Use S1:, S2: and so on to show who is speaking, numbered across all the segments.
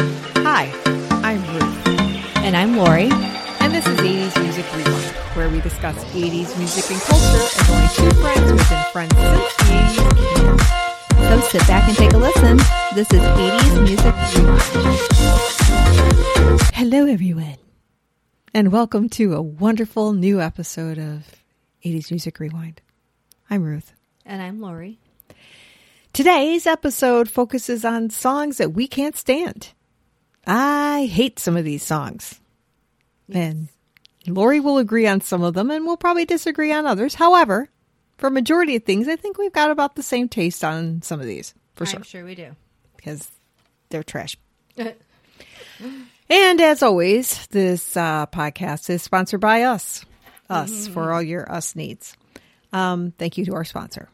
S1: Hi, I'm Ruth.
S2: And I'm Lori.
S1: And this is 80s Music Rewind, where we discuss 80s music and culture as only two friends who've been friends since the 80s. began.
S2: So sit back and take a listen. This is 80s Music Rewind. Hello, everyone.
S1: And welcome to a wonderful new episode of 80s Music Rewind. I'm Ruth.
S2: And I'm Lori.
S1: Today's episode focuses on songs that we can't stand. I hate some of these songs. And Lori will agree on some of them and we'll probably disagree on others. However, for a majority of things, I think we've got about the same taste on some of these, for sure,
S2: I'm sure we do.
S1: because they're trash. And as always, this uh, podcast is sponsored by us, us
S2: Mm-hmm.
S1: for all your us needs. Um, thank you to our sponsor.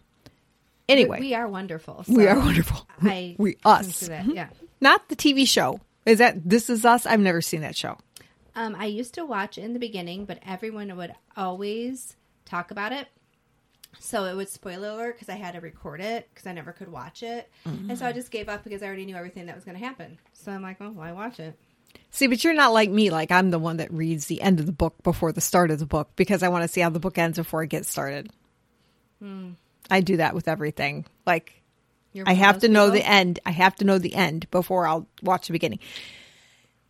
S1: Anyway,
S2: We are wonderful.
S1: we
S2: so
S1: are wonderful.
S2: I
S1: we us,
S2: listen to that, Yeah.
S1: not the TV show. Is that This Is Us? I've never seen that show.
S2: Um, I used to watch in the beginning, but everyone would always talk about it. So it was spoiler alert because I had to record it because I never could watch it. And so I just gave up because I already knew everything that was going to happen. So I'm like, well, why watch it?
S1: See, but you're not like me. Like I'm the one that reads the end of the book before the start of the book because I want to see how the book ends before it gets started. I do that with everything. Like
S2: You're
S1: I
S2: one of
S1: have to
S2: those
S1: know the
S2: people?
S1: end. I have to know the end before I'll watch the beginning.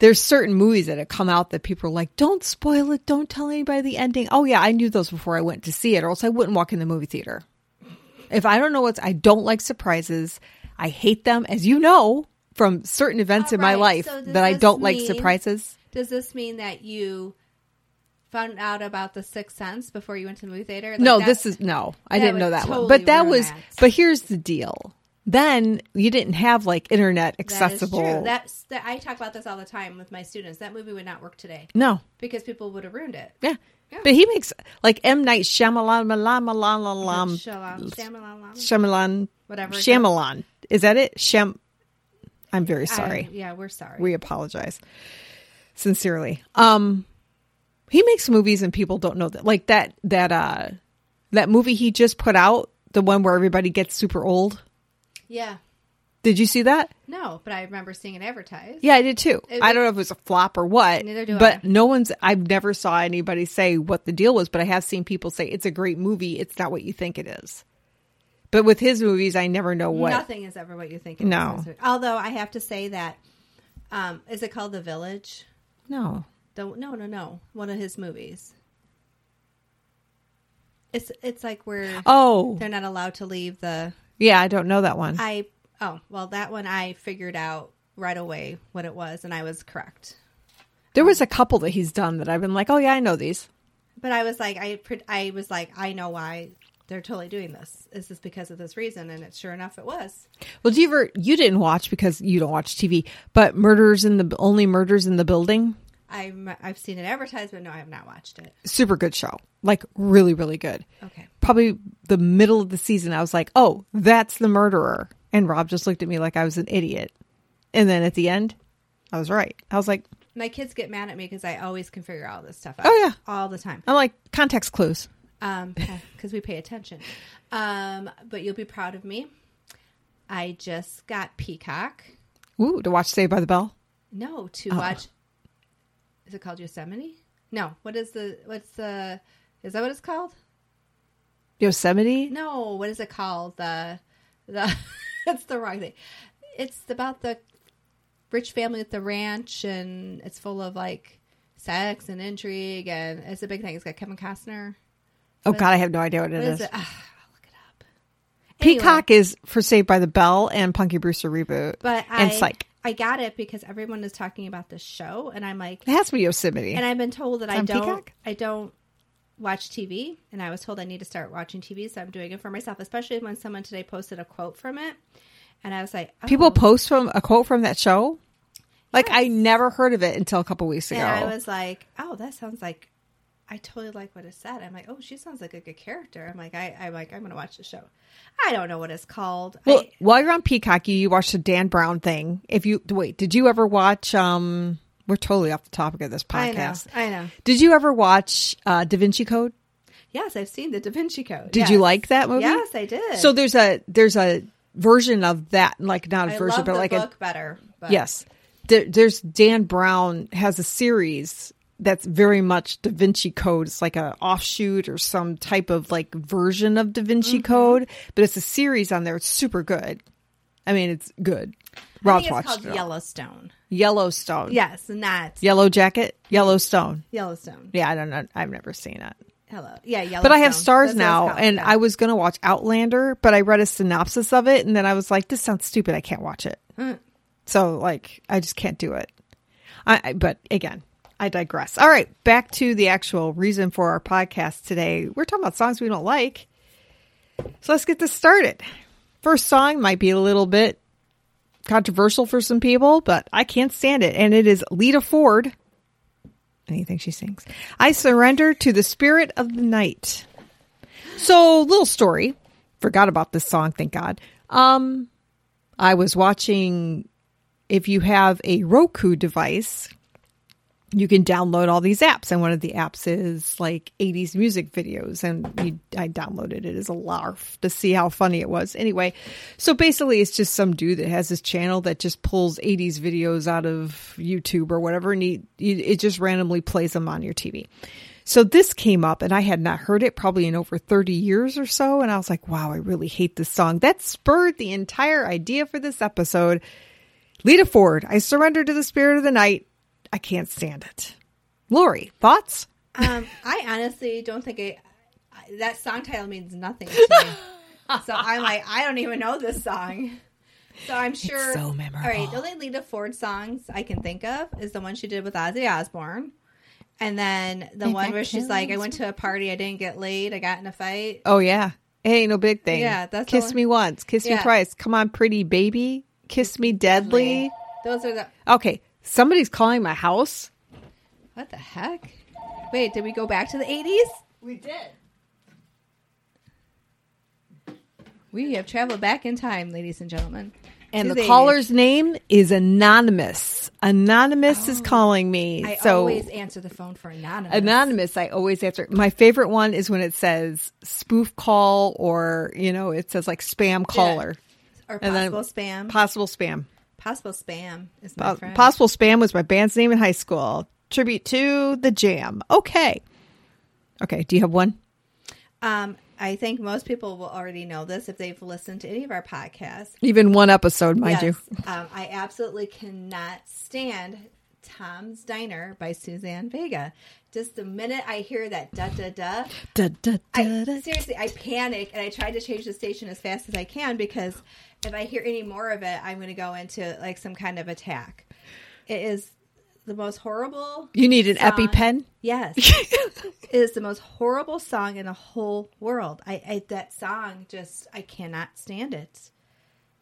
S1: There's certain movies that have come out that people are like, "Don't spoil it. Don't tell anybody the ending." Oh yeah, I knew those before I went to see it, or else I wouldn't walk in the movie theater. If I don't know what's, I don't like surprises. I hate them, as you know from certain events in my
S2: Alright,
S1: life
S2: so does
S1: that I
S2: this
S1: don't like
S2: mean-
S1: surprises.
S2: Does this mean that you found out about the Sixth Sense before you went to the movie theater? Like
S1: no,
S2: that-
S1: this is no. I
S2: that
S1: didn't
S2: would
S1: know that one.
S2: totally
S1: But that
S2: ruin
S1: was
S2: that.
S1: but here's the deal. Then you didn't have like internet
S2: that is
S1: accessible.
S2: true. That's that I talk about this all the time with my students. That movie would not work today
S1: no.
S2: because people would have ruined it.
S1: Yeah.
S2: Yeah.
S1: But he makes like M Night Shyamalan Malam Malam Malam
S2: Shalom, Shyamalan, Lama,
S1: Shyamalan
S2: whatever. it is.
S1: Shyamalan. Is that it? Sham I'm very
S2: I-
S1: sorry.
S2: yeah, we're sorry.
S1: We apologize. Sincerely. Um he makes movies and people don't know that like that that uh that movie he just put out, the one where everybody gets super old.
S2: yeah.
S1: Did you see that?
S2: No, but I remember seeing it advertised.
S1: Yeah, I did too.
S2: It
S1: I don't know if it was a flop or what.
S2: Neither do
S1: but
S2: I.
S1: no one's. I've never saw anybody say what the deal was, but I have seen people say it's a great movie. It's not what you think it is. But with his movies, I never know what.
S2: Nothing is ever what you think. it
S1: No.
S2: is. Although I have to say that, um, is it called The Village?
S1: No,
S2: The, no, no, no. One of his movies. It's it's like where
S1: Oh,
S2: they're not allowed to leave the.
S1: yeah, I don't know that one.
S2: I oh well that one I figured out right away what it was and I was correct.
S1: there was a couple that he's done that I've been like, oh yeah, I know these.
S2: But I was like I pre- I was like I know why they're totally doing this. This is because of this reason and it sure enough it was.
S1: Well, do you ever? You didn't watch because you don't watch TV, but Murders in the Only Murders in the Building,
S2: I I've seen an advertisement no I have not watched it.
S1: super good show. Like really, really good.
S2: Okay.
S1: probably the middle of the season, I was like, oh, that's the murderer. And Rob just looked at me like I was an idiot. And then at the end, I was right. I was like,
S2: My kids get mad at me because I always can figure all this stuff out.
S1: Oh, yeah.
S2: all the time.
S1: I'm like, context clues.
S2: Um, because we pay attention. Um, but you'll be proud of me. I just got Peacock.
S1: Ooh, to watch Saved by the Bell.
S2: No, to
S1: Oh.
S2: watch. Is it called Yosemite? No. What is the? What's the? Is that what it's called?
S1: Yosemite.
S2: No. What is it called? The the. That's the wrong thing. It's about the rich family at the ranch, and it's full of like sex and intrigue, and it's a big thing. It's got Kevin Costner.
S1: Oh, God, I have no idea what it
S2: What
S1: is.
S2: is it? Ah, I'll look it up. Anyway.
S1: Peacock is for Saved by the Bell and Punky Brewster reboot.
S2: But I
S1: and Psych.
S2: I got it because everyone is talking about this show, and I'm like,
S1: It has to be Yosemite.
S2: and I've been told that I
S1: on
S2: don't
S1: Peacock?
S2: I don't watch TV, and I was told I need to start watching TV, so I'm doing it for myself. Especially when someone today posted a quote from it, and I was like, oh.
S1: People post from a quote from that show. Like I never heard of it until a couple weeks ago.
S2: and I was like, oh, that sounds like I totally like what it said. I'm like, oh, she sounds like a good character. I'm like, I, I'm like, I'm gonna watch the show. I don't know what it's called.
S1: Well,
S2: I,
S1: while you're on Peacock, you, you watched the Dan Brown thing. If you wait, did you ever watch? Um, we're totally off the topic of this
S2: I know,
S1: podcast.
S2: I know.
S1: Did you ever watch uh, Da Vinci Code?
S2: Yes, I've seen the Da Vinci Code.
S1: Did you like that movie?
S2: Yes, I did.
S1: So there's a there's a version of that, like not a
S2: I
S1: version,
S2: love
S1: but
S2: the
S1: like
S2: book better. But
S1: a yes. there, there's Dan Brown has a series that's very much Da Vinci Code. It's like a offshoot or some type of like version of Da
S2: Mm-hmm.
S1: Vinci Code, but it's a series on there. It's super good. I mean, it's good.
S2: I
S1: Rob's
S2: think
S1: watched
S2: it's called
S1: it. all.
S2: Yellowstone.
S1: Yellowstone.
S2: Yes, not
S1: Yellow Jacket. Yellowstone.
S2: Yellowstone.
S1: Yeah, I don't know. I've never seen it.
S2: Hello. Yeah, Yellowstone.
S1: But I have stars
S2: That's what
S1: now,
S2: it's called.
S1: and
S2: Yeah.
S1: I was gonna watch Outlander, but I read a synopsis of it, and then I was like, "This sounds stupid. I can't watch it." So like, I just can't do it. I, I but again, I digress. All right, back to the actual reason for our podcast today. We're talking about songs we don't like, so let's get this started. First song might be a little bit controversial for some people, but I can't stand it, and it is Lita Ford. Anything she sings, I surrender to the spirit of the night. So, little story. Forgot about this song, thank God. Um, I was watching. If you have a Roku device, you can download all these apps, and one of the apps is like '80s music videos, and you, I downloaded it as a larf to see how funny it was. Anyway, so basically, it's just some dude that has this channel that just pulls '80s videos out of YouTube or whatever, and he, he it just randomly plays them on your TV. So this came up, and I had not heard it probably in over 30 years or so. And I was like, wow, I really hate this song. That spurred the entire idea for this episode. Lita Ford, I surrender to the spirit of the night. I can't stand it. Lori, thoughts?
S2: Um, I honestly don't think it, I- that song title means nothing to me. so I'm like, I don't even know this song. So I'm sure.
S1: so
S2: All right,
S1: memorable.
S2: the only Lita Ford songs I can think of is the one she did with Ozzy Osbourne. And then the one where she's like, I went to a party, I didn't get laid, I got in a fight.
S1: Oh, yeah. Hey, no big thing.
S2: Yeah, that's
S1: Kiss
S2: all-
S1: me once, kiss me
S2: Yeah.
S1: twice. Come on, pretty baby. Kiss me deadly.
S2: Those are the.
S1: Okay, somebody's calling my house.
S2: What the heck? Wait, did we go back to the 80s?
S1: We did.
S2: We have traveled back in time, ladies and gentlemen.
S1: And
S2: To
S1: the
S2: 80s.
S1: caller's name is Anonymous. Anonymous is calling me.
S2: Oh. I
S1: so
S2: always answer the phone for anonymous.
S1: Anonymous, I always answer. My favorite one is when it says spoof call or, you know, it says like spam caller.
S2: or
S1: And then-
S2: possible spam.
S1: Possible spam.
S2: Possible spam is my
S1: Po-
S2: friend.
S1: Oh, possible spam was my band's name in high school. Tribute to the jam. Okay. Okay. Do you have one?
S2: um, I think most people will already know this if they've listened to any of our podcasts.
S1: Even one episode, mind you.
S2: Um, I absolutely cannot stand Tom's Diner by Suzanne Vega. Just the minute I hear that da da da,
S1: Da, da, da, da.
S2: I, seriously, I panic and I try to change the station as fast as I can because if I hear any more of it, I'm going to go into like some kind of attack. It is the most horrible.
S1: You need an
S2: song.
S1: EpiPen?
S2: Yes, it is the most horrible song in the whole world. I, I that song just I cannot stand it.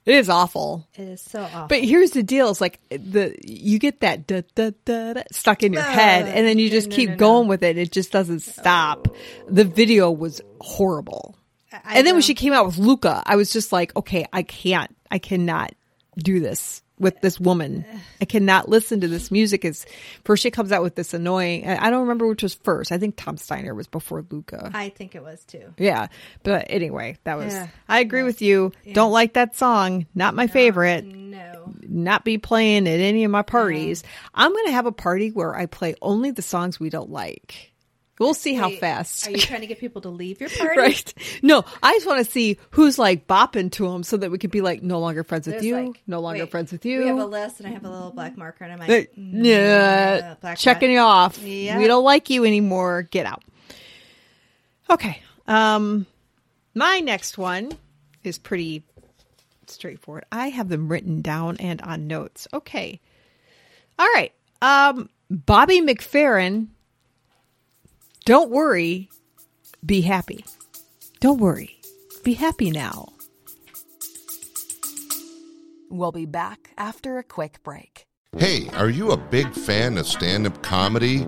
S1: It is awful.
S2: It is so awful.
S1: But here's the deal: it's like the you get that da, da, da, da, stuck in your
S2: No,
S1: head, and then you just
S2: no,
S1: keep
S2: no, no.
S1: going with it. It just doesn't stop. The video was horrible,
S2: I- I
S1: and then when
S2: know.
S1: she came out with Luca, I was just like, okay, I can't, I cannot do this with this woman. I cannot listen to this music. Is first she comes out with this annoying. I I don't remember which was first. I think Tom Steiner was before Luca.
S2: I think it was too.
S1: Yeah. But anyway, that was.
S2: Yeah.
S1: I agree with you. Don't like that song. Not my favorite
S2: No,
S1: not be playing at any of my parties. I'm going to have a party where I play only the songs we don't like. We'll see how
S2: Wait,
S1: fast.
S2: Are you trying to get people to leave your party?
S1: right? No, I just want to see who's like bopping to them so that we could be like, no longer friends with
S2: There's
S1: you,
S2: like,
S1: no longer
S2: wait,
S1: friends with
S2: We have
S1: you.
S2: a list, and I have a little black marker, and I'm
S1: Uh,
S2: like,
S1: yeah,
S2: black
S1: checking
S2: dot.
S1: you off.
S2: Yeah.
S1: We don't like you anymore. Get out. Okay. Um, my next one is pretty straightforward. I have them written down and on notes. Okay. All right. Um, Bobby McFerrin. Don't worry. Be happy. Don't worry. Be happy now.
S3: We'll be back after a quick break.
S4: Hey, are you a big fan of stand up comedy?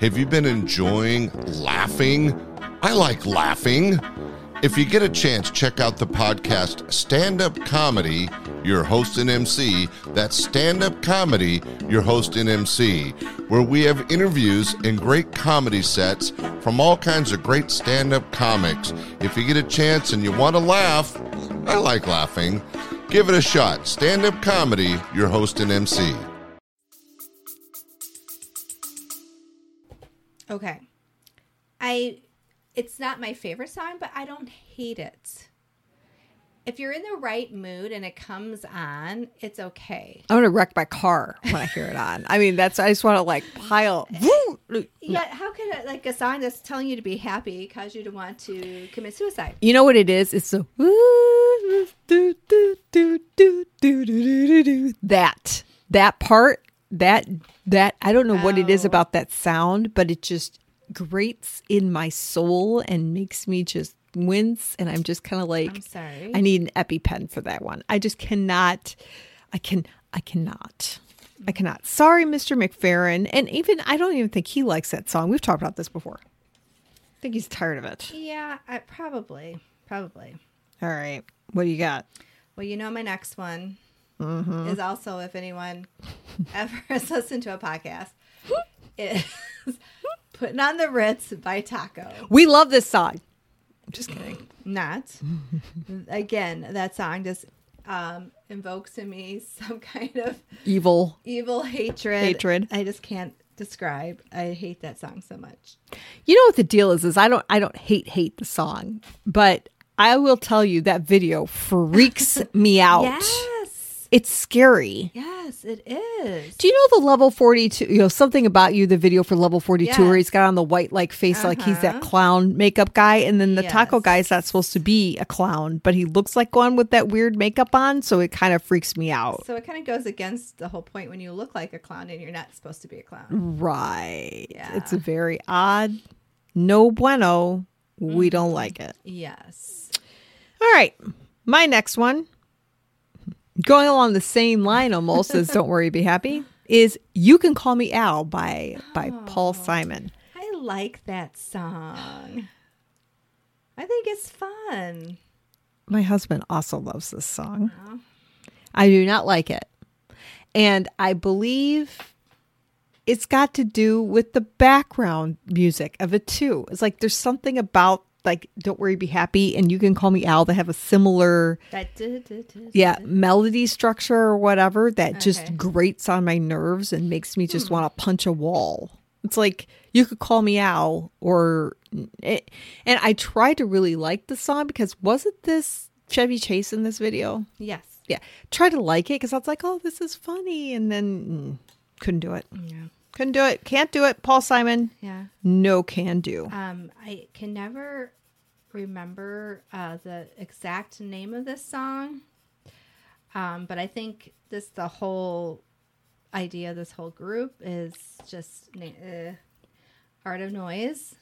S4: Have you been enjoying laughing? I like laughing. If you get a chance, check out the podcast Stand Up Comedy, your host and MC. That's Stand Up Comedy, your host and MC, where we have interviews and great comedy sets from all kinds of great stand up comics. If you get a chance and you want to laugh, I like laughing. Give it a shot. Stand Up Comedy, your host and MC.
S2: Okay. I it's not my favorite song, but I don't hate it. If you're in the right mood and it comes on, it's okay.
S1: I'm gonna wreck my car when I hear it on. I mean, that's I just want to like pile. Woo!
S2: Yeah, how can it, like a song that's telling you to be happy cause you to want to commit suicide?
S1: You know what it is? It's the woo, do, do, do, do, do, do, do, do, do. that that part that that I don't know what it is
S2: Oh.
S1: about that sound, but it just grates in my soul and makes me just wince, and I'm just kind of like,
S2: I'm sorry.
S1: I need an EpiPen for that one. I just cannot. I can. I cannot. I cannot. Sorry, Mr. McFerrin. And even I don't even think he likes that song. We've talked about this before. I think he's tired of it.
S2: Yeah, I, probably. Probably.
S1: All right. What do you got?
S2: Well, you know, my next one is also if anyone ever has listened to a podcast, is Putting on the Ritz by Taco.
S1: We love this song. I'm just kidding.
S2: Not. Again, that song just um, invokes in me some kind of
S1: Evil.
S2: evil hatred.
S1: Hatred.
S2: I just can't describe. I hate that song so much.
S1: You know what the deal is is I don't I don't hate hate the song, but I will tell you that video freaks me out.
S2: Yes.
S1: It's scary.
S2: Yes, it is.
S1: Do you know the level 42, you know, something about you, the video for level 42 where he's got on the white like face like he's that clown makeup guy and then the taco
S2: Uh-huh. Yes.
S1: guy's not supposed to be a clown, but he looks like one with that weird makeup on, so it kind of freaks me out.
S2: So it kind of goes against the whole point when you look like a clown and you're not supposed to be a clown.
S1: Mm. Right.
S2: Yeah.
S1: It's a very odd. No bueno.
S2: Mm-hmm.
S1: We don't like it.
S2: Yes.
S1: All right. My next one, going along the same line almost as Don't Worry, Be Happy, is You Can Call Me Al by, by Paul
S2: Oh.
S1: Simon.
S2: I like that song. I think it's fun.
S1: My husband also loves this song. Uh-huh. I do not like it. And I believe it's got to do with the background music of it too. It's like there's something about like Don't Worry Be Happy and You Can Call Me Al that have a similar
S2: That du- du- du-
S1: yeah, melody structure or whatever that
S2: Okay.
S1: just grates on my nerves and makes me just want to punch a wall. It's like you could call me Al or it, and I tried to really like the song because wasn't this Chevy Chase in this video?
S2: Yes.
S1: Yeah, tried to like it because I was like, oh, this is funny, and then mm, couldn't do it.
S2: Yeah.
S1: Couldn't do it. Can't do it. Paul Simon,
S2: Yeah.
S1: no can do.
S2: Um, I can never remember uh, the exact name of this song, um, but I think this the whole idea of this whole group is just na- uh, art of noise.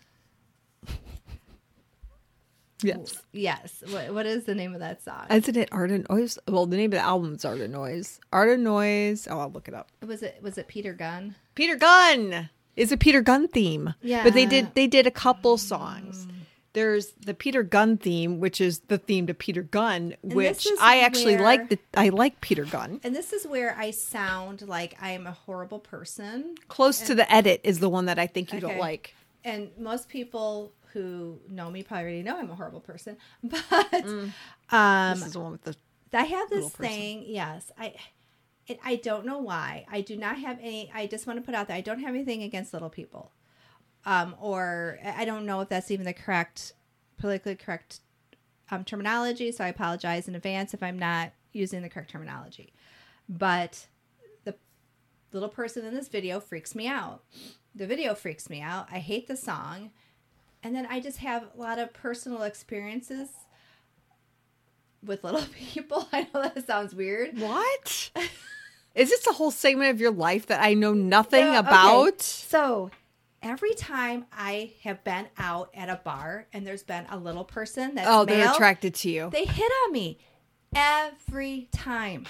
S1: Yes.
S2: Yes. What, what is the name of that song?
S1: Isn't it Art and Noise? Well, the name of the album is Art and Noise. Art and Noise. Oh, I'll look it up.
S2: was it was it Peter Gunn?
S1: Peter Gunn is a Peter Gunn theme. But they did
S2: Yeah.
S1: they did a couple songs. There's the Peter Gunn theme, which is the theme to Peter Gunn,
S2: this
S1: which
S2: is
S1: I actually
S2: where-
S1: like the I like Peter Gunn.
S2: And this is where I sound like I am a horrible person.
S1: Close to the edit is the one that I think you don't
S2: Okay.
S1: like.
S2: And most people who know me probably already know I'm a horrible person. But Um,
S1: this is the one with the
S2: I have this
S1: Little person.
S2: thing, yes. I it, I don't know why. I do not have any I just want to put out there I don't have anything against little people. Um or I I don't know if that's even the correct politically correct um, terminology, so I apologize in advance if I'm not using the correct terminology. But the little person in this video freaks me out. The video freaks me out. I hate the song. And then I just have a lot of personal experiences with little people. I know that sounds weird.
S1: What? is this a whole segment of your life that I know nothing
S2: Yeah, okay.
S1: about?
S2: So every time I have been out at a bar and there's been a little person that's
S1: Oh, they're
S2: male,
S1: attracted to you.
S2: They hit on me every time.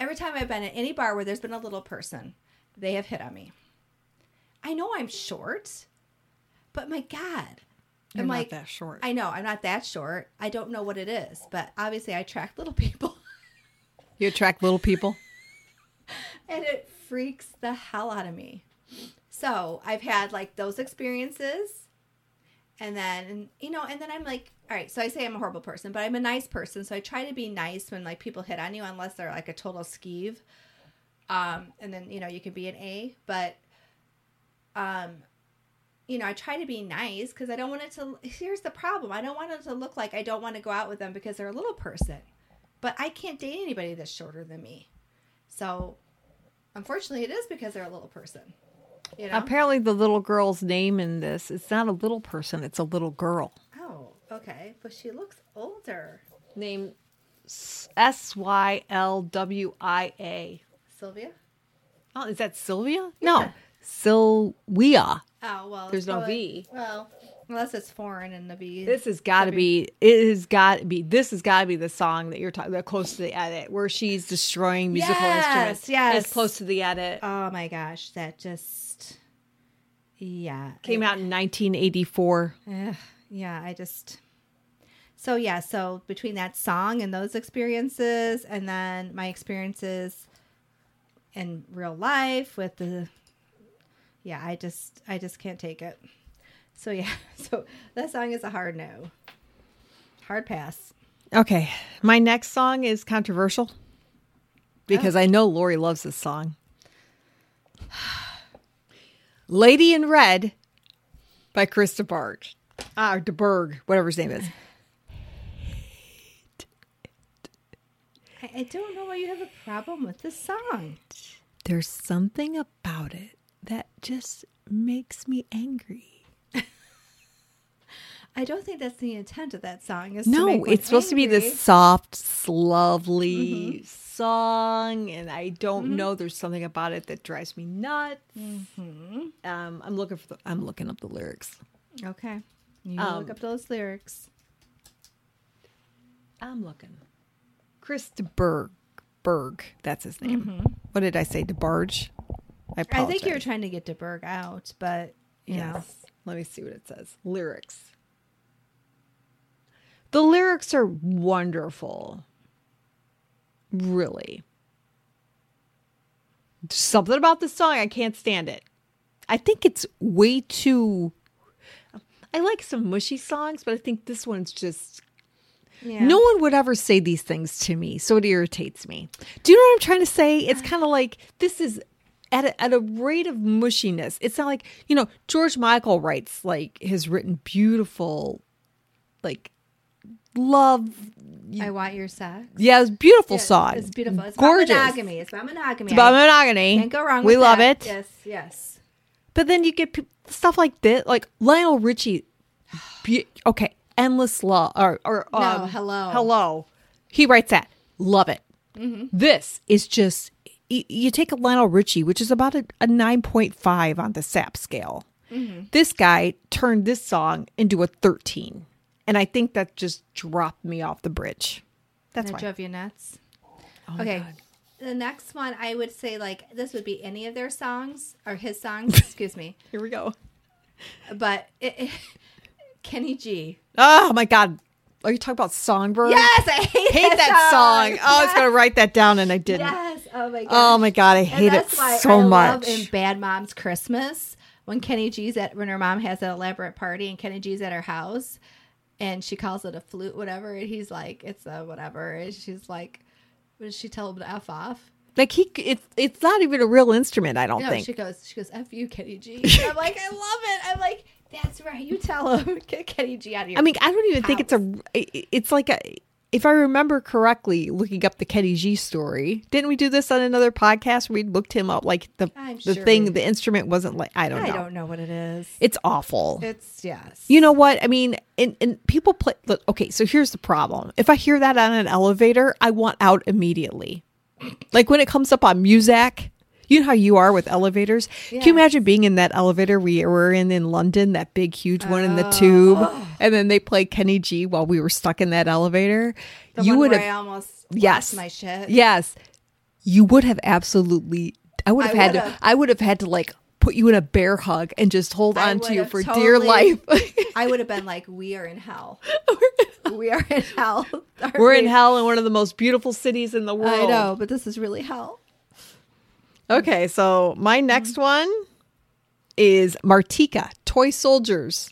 S2: Every time I've been at any bar where there's been a little person, they have hit on me. I know I'm short, but my God.
S1: You're
S2: I'm
S1: not
S2: like,
S1: that short.
S2: I know, I'm not that short. I don't know what it is, but obviously I attract little people
S1: you attract little people.
S2: and it freaks the hell out of me. So I've had like those experiences. And then, you know, and then I'm like, all right, so I say I'm a horrible person, but I'm a nice person. So I try to be nice when like people hit on you, unless they're like a total skeeve. Um, and then, you know, you can be an A, but um, you know, I try to be nice because I don't want it to. Here's the problem I don't want it to look like I don't want to go out with them because they're a little person. But I can't date anybody that's shorter than me. So unfortunately, it is because they're a little person. You know?
S1: Apparently, the little girl's name in this it's not a little person; it's a little girl
S2: oh, okay. But she looks older.
S1: named S Y L W I A.
S2: Sylvia?
S1: Oh, is that Sylvia? No, Sylvia.
S2: Oh, well. it's
S1: There's no
S2: probably-
S1: V.
S2: Well, unless it's foreign and the V.
S1: This has got to be. It has got to be. This has got to be the song that you're talking. That close to the edit, where she's destroying musical
S2: Yes,
S1: instruments.
S2: yes.
S1: it's close to the edit.
S2: Oh my gosh, that just yeah
S1: Came out in 1984.
S2: Ugh, yeah, I just so yeah. So between that song and those experiences, and then my experiences in real life with the yeah, I just I just can't take it. So yeah, so that song is a hard no, hard pass.
S1: Okay, my next song is controversial because I know Lori loves this song. Lady in Red by Krista Barge. Ah, DeBerg, whatever his name is.
S2: I, I don't know why you have a problem with this song.
S1: There's something about it that just makes me angry.
S2: I don't think that's the intent of that song. Is to
S1: No,
S2: make
S1: it's
S2: one
S1: supposed to be
S2: angry.
S1: this soft, lovely song, and I don't know. There's something about it that drives me nuts. Um, I'm looking for the. I'm looking up the lyrics.
S2: Okay. You
S1: Um,
S2: look up those lyrics.
S1: I'm looking. Chris Berg. Berg. That's his name. What did I say? DeBarge? I,
S2: I think you were
S1: apologize.
S2: trying to get DeBerg out, but you know.
S1: Yes. Let me see what it says. Lyrics. The lyrics are wonderful. Really. Something about this song, I can't stand it. I think it's way too. I like some mushy songs, but I think this one's just
S2: Yeah.
S1: No one would ever say these things to me, so it irritates me. Do you know what I'm trying to say? It's kind of like this is at a, at a rate of mushiness. It's not like you know George Michael writes like has written beautiful, like love.
S2: I want your sex.
S1: Yeah, it's beautiful
S2: Yes,
S1: song.
S2: It's beautiful. It's
S1: gorgeous.
S2: about monogamy. It's about monogamy.
S1: It's about
S2: I
S1: monogamy.
S2: Can't go wrong
S1: We
S2: with
S1: love it.
S2: that. Yes, yes.
S1: But then you get pe- stuff like this, like Lionel Richie. Be- okay, endless love or or
S2: No,
S1: um,
S2: Hello. Mm-hmm.
S1: hello. He writes that. Love it. This is just y- you take a Lionel Richie, which is about a, a nine point five on the SAP scale.
S2: Mm-hmm.
S1: This guy turned this song into a thirteen, and I think that just dropped me off the bridge. That's
S2: That
S1: why. Oh
S2: drove you nuts. okay. The next one I would say like this would be any of their songs or his songs, excuse me.
S1: Here we go.
S2: But it, it, Kenny G.
S1: Oh my God. Are you talking about Songbird?
S2: Yes, I hate,
S1: hate that song. Oh, I was gonna write that down and I didn't.
S2: Yes. Oh my god.
S1: Oh my god, I hate it so much.
S2: in Bad Mom's Christmas when Kenny G's at when her mom has an elaborate party and Kenny G's at her house and she calls it a flute, whatever, and he's like, It's a whatever and she's like what does she tell him to F off?
S1: like he, it's it's not even a real instrument. I don't
S2: No,
S1: think.
S2: she goes, she goes, F you, Kenny G. I'm like, I love it. I'm like, that's right. You tell him, get Kenny G out of here.
S1: I mean, I don't even think it's a. i- It's like a. If I remember correctly, looking up the Kenny G story, didn't we do this on another podcast? We looked him up, like the
S2: I'm
S1: the
S2: sure
S1: thing,
S2: we-
S1: the instrument wasn't like I don't
S2: I
S1: know.
S2: don't know what it is.
S1: It's awful.
S2: It's yes.
S1: You know what? I mean, and, and people play. Look, okay, so here's the problem. If I hear that on an elevator, I want out immediately. Like when it comes up on Muzak, you know how you are with elevators? Can you imagine being in that elevator we were in in London, that big, huge one in
S2: Oh.
S1: the tube, and then they play Kenny G while we were stuck in that elevator?
S2: the
S1: you would
S2: one where I
S1: have,
S2: almost
S1: yes,
S2: lost my shit.
S1: Yes, you would have absolutely. I would have
S2: I
S1: had to.
S2: would've.
S1: I would have had to like put you in a bear hug and just hold
S2: I
S1: on to
S2: would
S1: you
S2: have
S1: for dear
S2: totally-
S1: life.
S2: I would have been like, "We are in hell. we are in hell. Aren't
S1: We're in
S2: we?"
S1: hell in one of the most beautiful cities in the world.
S2: I know, but this is really hell.
S1: Okay, so my next one is Martika, Toy Soldiers.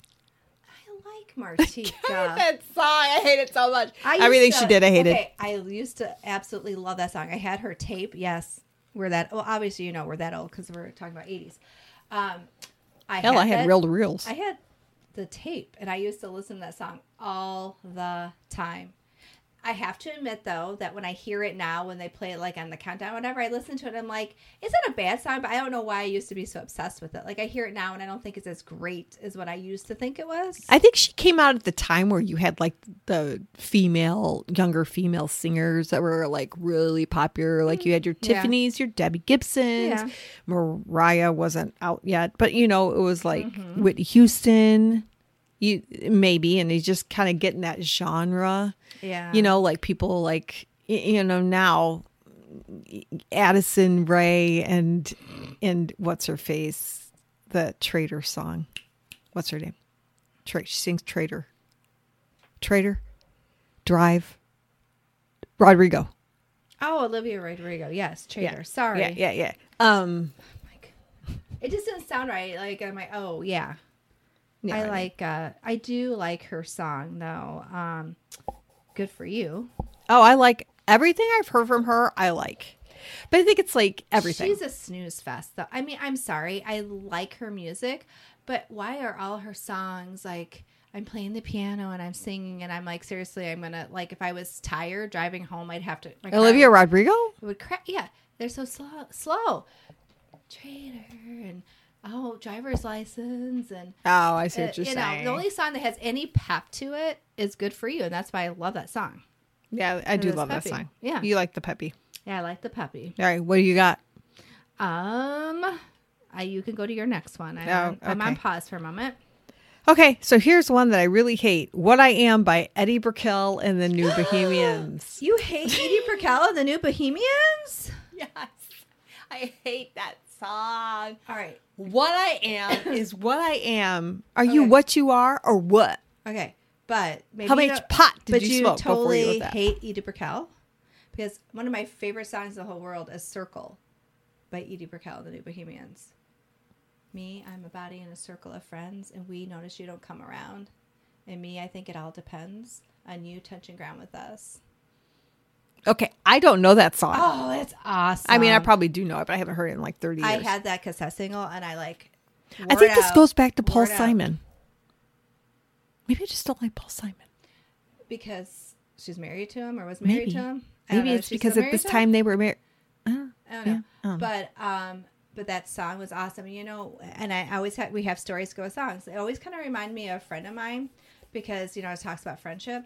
S2: I like Martika.
S1: That song, I hate it so much.
S2: I used
S1: Everything she
S2: to-
S1: did, I hated.
S2: okay, I used to absolutely love that song. I had her tape. Yes, we're that. Well, obviously, you know, we're that old because we're talking about eighties. Um, I
S1: Hell, I had
S2: that-
S1: reel to reels.
S2: I had the tape, and I used to listen to that song all the time. I have to admit, though, that when I hear it now, when they play it like on the countdown, whenever I listen to it, I'm like, is it a bad song? But I don't know why I used to be so obsessed with it. Like, I hear it now, and I don't think it's as great as what I used to think it was.
S1: I think she came out at the time where you had like the female, younger female singers that were like really popular. Like you had your
S2: Mm, Yeah.
S1: Tiffany's, your Debbie Gibson's,
S2: Yeah.
S1: Mariah wasn't out yet, but you know, it was like
S2: Mm-hmm.
S1: Whitney Houston, you maybe, and he's just kind of getting that genre.
S2: yeah.
S1: You know, like people like, y- you know, now Addison Ray and, and what's her face? The Traitor song. What's her name? Tra- she sings Traitor. Traitor. Drive. Rodrigo.
S2: Oh, Olivia Rodrigo. Yes, Trader. Sorry.
S1: Yeah, yeah, yeah. Um,
S2: Like, it just didn't sound right. Like, I'm like, oh, yeah.
S1: yeah,
S2: I like, uh, I do like her song, though. Um, Good for you.
S1: Oh, I like everything I've heard from her. I like, but I think it's like everything.
S2: She's a snooze fest, though. I mean, I'm sorry. I like her music, but why are all her songs like I'm playing the piano and I'm singing and I'm like, seriously, I'm gonna like if I was tired driving home, I'd have to. My car
S1: Olivia
S2: would,
S1: Rodrigo. Oh,
S2: it would crack. Yeah, they're so slow. Slow. Traitor and oh, driver's license and
S1: Oh, I see
S2: uh,
S1: what you're
S2: you
S1: saying.
S2: know the only song that has any pep to it is "Good for You," and that's why I love that song.
S1: yeah, I do
S2: there's
S1: love that
S2: Peppy.
S1: song.
S2: Yeah.
S1: you like the peppy.
S2: Yeah, I like the peppy.
S1: All right, what do you got?
S2: Um, I, you can go to your next one. I'm,
S1: Oh,
S2: on, I'm on
S1: okay.
S2: pause for a moment.
S1: Okay, so here's one that I really hate: "What I Am" by Eddie Brickell and the New Bohemians.
S2: You hate Edie Perkell and the New Bohemians?
S1: Yes, I hate that song.
S2: All right.
S1: What I am is what I am. Are you
S2: Okay.
S1: what you are or what?
S2: Okay. But maybe
S1: How much
S2: don't-
S1: pot did
S2: but
S1: you smoke before you
S2: totally
S1: wrote that?
S2: hate Edie Brickell because one of my favorite songs in the whole world is "Circle" by Edie Brickell and the New Bohemians. Me, I'm a body in a circle of friends, and we notice you don't come around. And me, I think it all depends on you touching ground with us.
S1: Okay, I don't know that song.
S2: Oh, that's awesome.
S1: I mean, I probably do know it, but I haven't heard it in like 30 years.
S2: I had that cassette single, and I like.
S1: I
S2: wore
S1: think
S2: it
S1: this
S2: out,
S1: goes back to
S2: wore
S1: Paul
S2: it out
S1: Simon. Maybe I just don't like Paul Simon.
S2: because she's married to him or was married
S1: Maybe.
S2: to him. I don't
S1: Maybe
S2: know if
S1: it's
S2: she's
S1: because
S2: still
S1: at this
S2: married to him.
S1: time they were uh, married.
S2: I don't know. But um, but that song was awesome. You know, and I always had we have stories go with songs. They always kind of remind me of a friend of mine because you know it talks about friendship,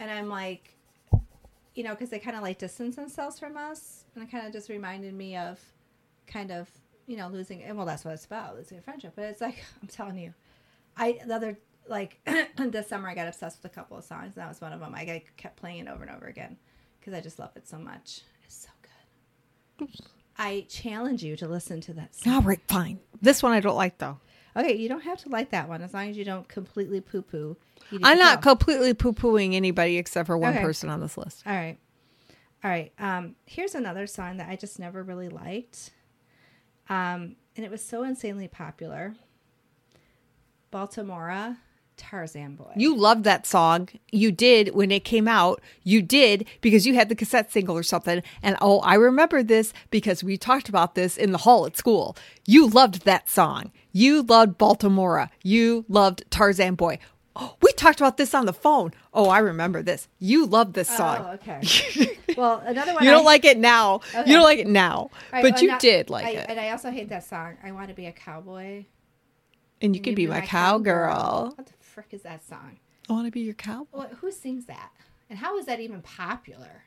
S2: and I'm like, you know, because they kind of like distance themselves from us, and it kind of just reminded me of kind of you know losing and well that's what it's about losing a friendship. But it's like I'm telling you, I the other like this summer I got obsessed with a couple of songs, and that was one of them. I I kept playing it over and over again because I just love it so much. It's so good. I challenge you to listen to that song.
S1: All right, fine. This one I don't like though.
S2: Okay, you don't have to like that one as long as you don't completely poo poo.
S1: I'm not completely poo pooing anybody except for one
S2: Okay.
S1: person on this list.
S2: All right. All right. Um, here's another song that I just never really liked. Um, and it was so insanely popular. Baltimora Tarzan Boy.
S1: You loved that song. You did when it came out. You did because you had the cassette single or something. And oh, I remember this because we talked about this in the hall at school. You loved that song. You loved Baltimora. You loved Tarzan Boy. Oh, we talked about this on the phone. Oh, I remember this. You loved this song.
S2: Oh, okay. well, another one.
S1: You
S2: I-
S1: don't like it now. You don't like it now,
S2: All right,
S1: but
S2: well,
S1: you
S2: not-
S1: did like
S2: I-
S1: it.
S2: And I also hate that song. I want to be a cowboy.
S1: and you
S2: Can
S1: could be my cowgirl.
S2: What the frick is that song?
S1: I want to be your cowboy.
S2: What, who sings that? And how is that even popular?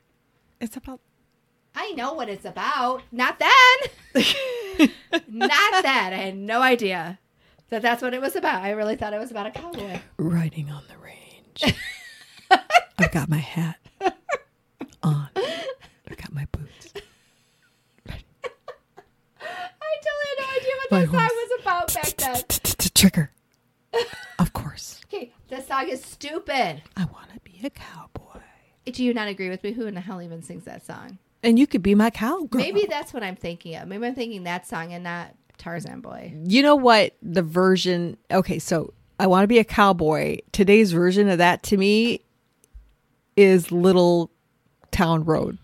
S1: It's about
S2: I know what it's about. Not then. Not then. I had no idea that that's what it was about. I really thought it was about a cowboy.
S1: riding on the range. I've got my hat on. I've got my boots.
S2: I totally had no
S1: My
S2: idea what that
S1: horse.
S2: song was about back then.
S1: Trigger. Of course,
S2: Okay, this song is stupid.
S1: I want to be a cowboy.
S2: Do you not agree with me? Who in the hell even sings that song?
S1: And you could be my cowgirl.
S2: Maybe that's what I'm thinking of. Maybe I'm thinking that song and not Tarzan Boy.
S1: you know what the version okay so i want to be a cowboy today's version of that to me is little town road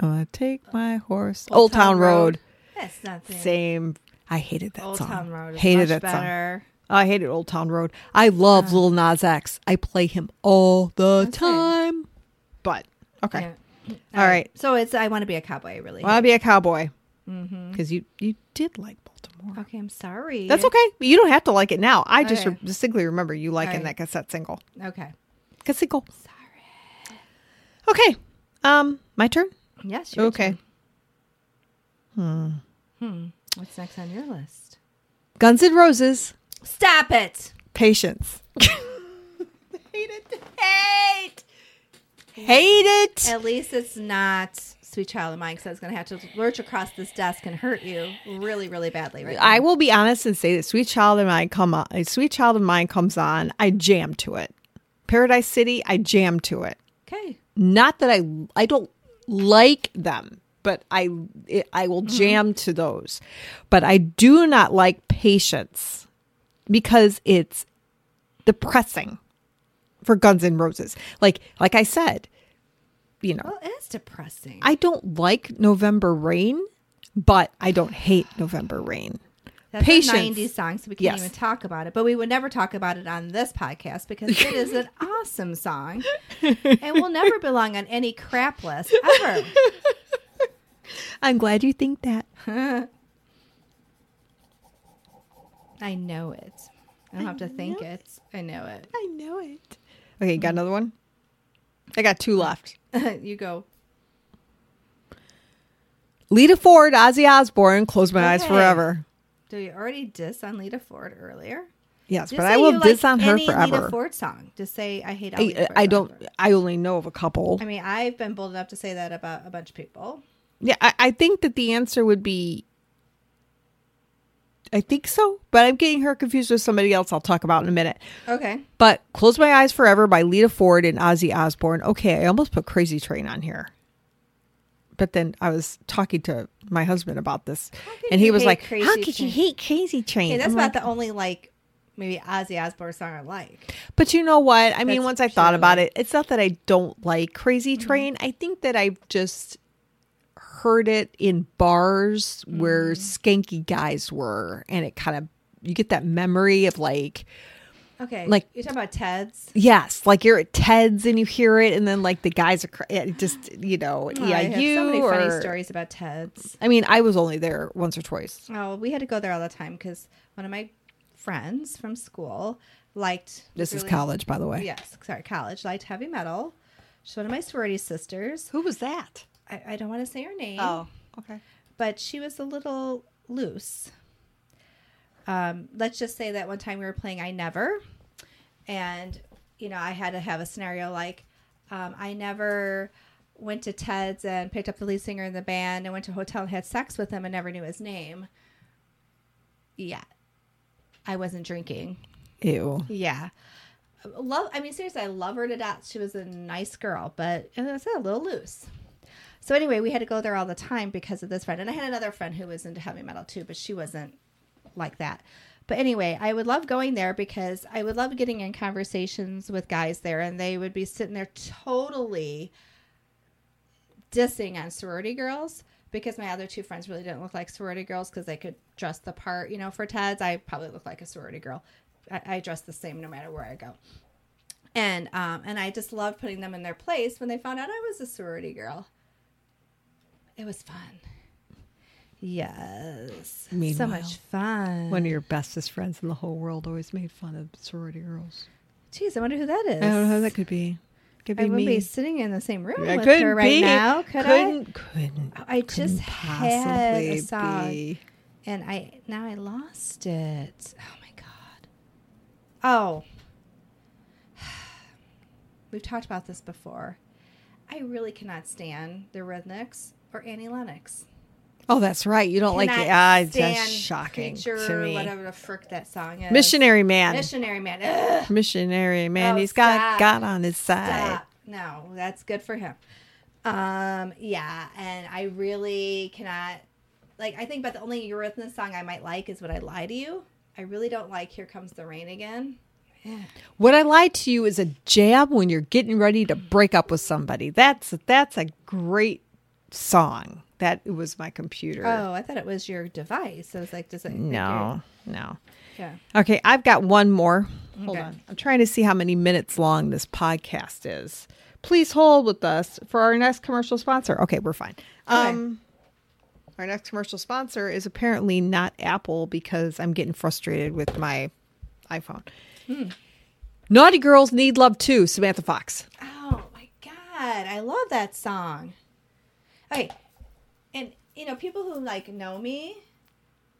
S1: i'm gonna take my horse old, town, road,
S2: That's not the
S1: same I hated that
S2: Old
S1: song.
S2: Town Road is
S1: hated that
S2: much
S1: song.
S2: better.
S1: I hated Old Town Road. I love Lil Nas X. I play him all the time. But okay,
S2: Yeah.
S1: all right.
S2: So it's I want to be a cowboy. I really.
S1: Well, I'll be a cowboy
S2: Mm-hmm.
S1: because you you did like Baltimore.
S2: hate- Okay, I'm sorry.
S1: That's okay. You don't have to like it now. I just
S2: Okay.
S1: re- distinctly remember you liking
S2: right.
S1: that cassette single.
S2: Okay.
S1: Cassette single. Sorry. Okay. Um, my turn.
S2: Yes. your
S1: Okay.
S2: turn. What's next on your list?
S1: Guns N' Roses.
S2: Stop it.
S1: Patience.
S2: Hate it. Hate.
S1: Hate it.
S2: At least it's not sweet child of mine because I was going to have to lurch across this desk and hurt you really, really badly. Right.
S1: I
S2: now.
S1: will be honest and say that Sweet Child of Mine come on, uh, Sweet Child of Mine comes on. I jam to it. Paradise City. I jam to it.
S2: Okay.
S1: Not that I I don't like them, but I it, I will jam to those. But I do not like Patience because it's depressing for Guns N' Roses. Like like I said, you know.
S2: Well, it's depressing.
S1: I don't like November Rain, but I don't hate November Rain.
S2: That's
S1: Patience.
S2: a 90s song, so we can't
S1: Yes.
S2: even talk about it. But we would never talk about it on this podcast because it is an awesome song and will never belong on any crap list ever.
S1: I'm glad you think that.
S2: I know it. I don't have to think it. I know Mm.
S1: I know it. Okay, got another one? I got two left.
S2: it. you go.
S1: Lita Ford, Ozzy Osbourne, Close My Eyes
S2: Okay.
S1: Forever.
S2: Do you already diss on Lita Ford earlier?
S1: Yes,
S2: Just
S1: but
S2: say
S1: I will
S2: you
S1: diss
S2: like
S1: on her
S2: any Lita
S1: forever.
S2: Ford song. Just say I hate. All Lita
S1: I, uh,
S2: Ford
S1: I
S2: songs
S1: don't,
S2: forever."
S1: I only know of a couple.
S2: I mean, I've been bold enough to say that about a bunch of people.
S1: Yeah, I, I think that the answer would be. I think so, but I'm getting her confused with somebody else I'll talk about in a minute.
S2: Okay.
S1: But Close My Eyes Forever by Lita Ford and Ozzy Osbourne. Okay, I almost put Crazy Train on here. But then I was talking to my husband about this,
S2: could
S1: and he
S2: you
S1: was
S2: hate
S1: like,
S2: Crazy
S1: "How could you
S2: Train?"
S1: hate Crazy Train?"
S2: Okay, that's
S1: I'm
S2: about
S1: like,
S2: the only like maybe Ozzy Osbourne song I like.
S1: but you know what? I mean,
S2: That's Mm-hmm.
S1: once I thought
S2: purely-
S1: about it, it's not that I don't like Crazy Train. I think that I've just heard it in bars where
S2: Mm-hmm.
S1: skanky guys were, and it kind of you get that memory of like
S2: Okay.
S1: Like-
S2: you're talking about Ted's.
S1: Yes, like you're at Ted's and you hear it, and then like the guys are cr- it just you know
S2: Oh, I
S1: yeah
S2: have
S1: you.
S2: so many funny
S1: or-
S2: stories about Ted's.
S1: I mean, I was only there once or twice.
S2: Oh, we had to go there all the time because one of my friends from school liked.
S1: This is
S2: really-
S1: college, by the way.
S2: Yes, sorry, college liked heavy metal. She's one of my sorority sisters.
S1: Who was that?
S2: I, I don't want to say her name.
S1: Oh. okay.
S2: but she was a little loose. Um, let's just say that one time we were playing I Never, and you know, I had to have a scenario like um, I never went to Ted's and picked up the lead singer in the band and went to a hotel and had sex with him and never knew his name. Yeah, I wasn't drinking.
S1: Ew.
S2: Yeah. Love I mean seriously, I love her to death. She was a nice girl, but uh, it's a little loose. So anyway, we had to go there all the time because of this friend. And I had another friend who was into heavy metal too, but she wasn't like that. But anyway, I would love going there because I would love getting in conversations with guys there and they would be sitting there totally dissing on sorority girls because my other two friends really didn't look like sorority girls because they could dress the part, you know, for Ted's. I probably look like a sorority girl. I, I dress the same no matter where I go. And um, and I just loved putting them in their place when they found out I was a sorority girl. It was fun. Yes. so
S1: Meanwhile,
S2: much fun.
S1: One of your bestest friends in the whole world always made fun of sorority girls.
S2: Jeez, I wonder who that is.
S1: I don't know how that could be. Could
S2: I
S1: be
S2: wouldn't
S1: me.
S2: be sitting in the same room
S1: I
S2: with
S1: couldn't
S2: her right
S1: be.
S2: now, could I?
S1: couldn't, Couldn't.
S2: I
S1: couldn't
S2: just had a
S1: possibly
S2: song,
S1: be.
S2: and I now I lost it. Oh my god! Oh, we've talked about this before. I really cannot stand the Rednecks or Annie Lennox.
S1: Oh, that's right. You don't like
S2: Cannot
S1: it. Ah, it's
S2: stand
S1: just shocking
S2: Creature,
S1: to me.
S2: Whatever the frick that song is.
S1: Missionary man.
S2: Missionary man. Ugh.
S1: Missionary man.
S2: Oh,
S1: He's got
S2: stop.
S1: God on his side.
S2: Stop. No, that's good for him. Um, yeah, and I really cannot like I think about the only Eurythmics song I might like is Would I Lie to You. I really don't like Here Comes the Rain Again.
S1: What I lied to you is a jab when you're getting ready to break up with somebody. That's that's a great song. That was my computer.
S2: Oh, I thought it was your device. I was like, does it?
S1: no, no.
S2: Yeah.
S1: Okay, I've got one more. Hold
S2: Okay.
S1: on. I'm trying to see how many minutes long this podcast is. Please hold with us for our next commercial sponsor. Okay, we're fine. Um our next commercial sponsor is apparently not Apple because I'm getting frustrated with my iPhone.
S2: Hmm.
S1: Naughty Girls Need Love Too, Samantha Fox.
S2: Oh my god, I love that song. Okay, and you know, people who like know me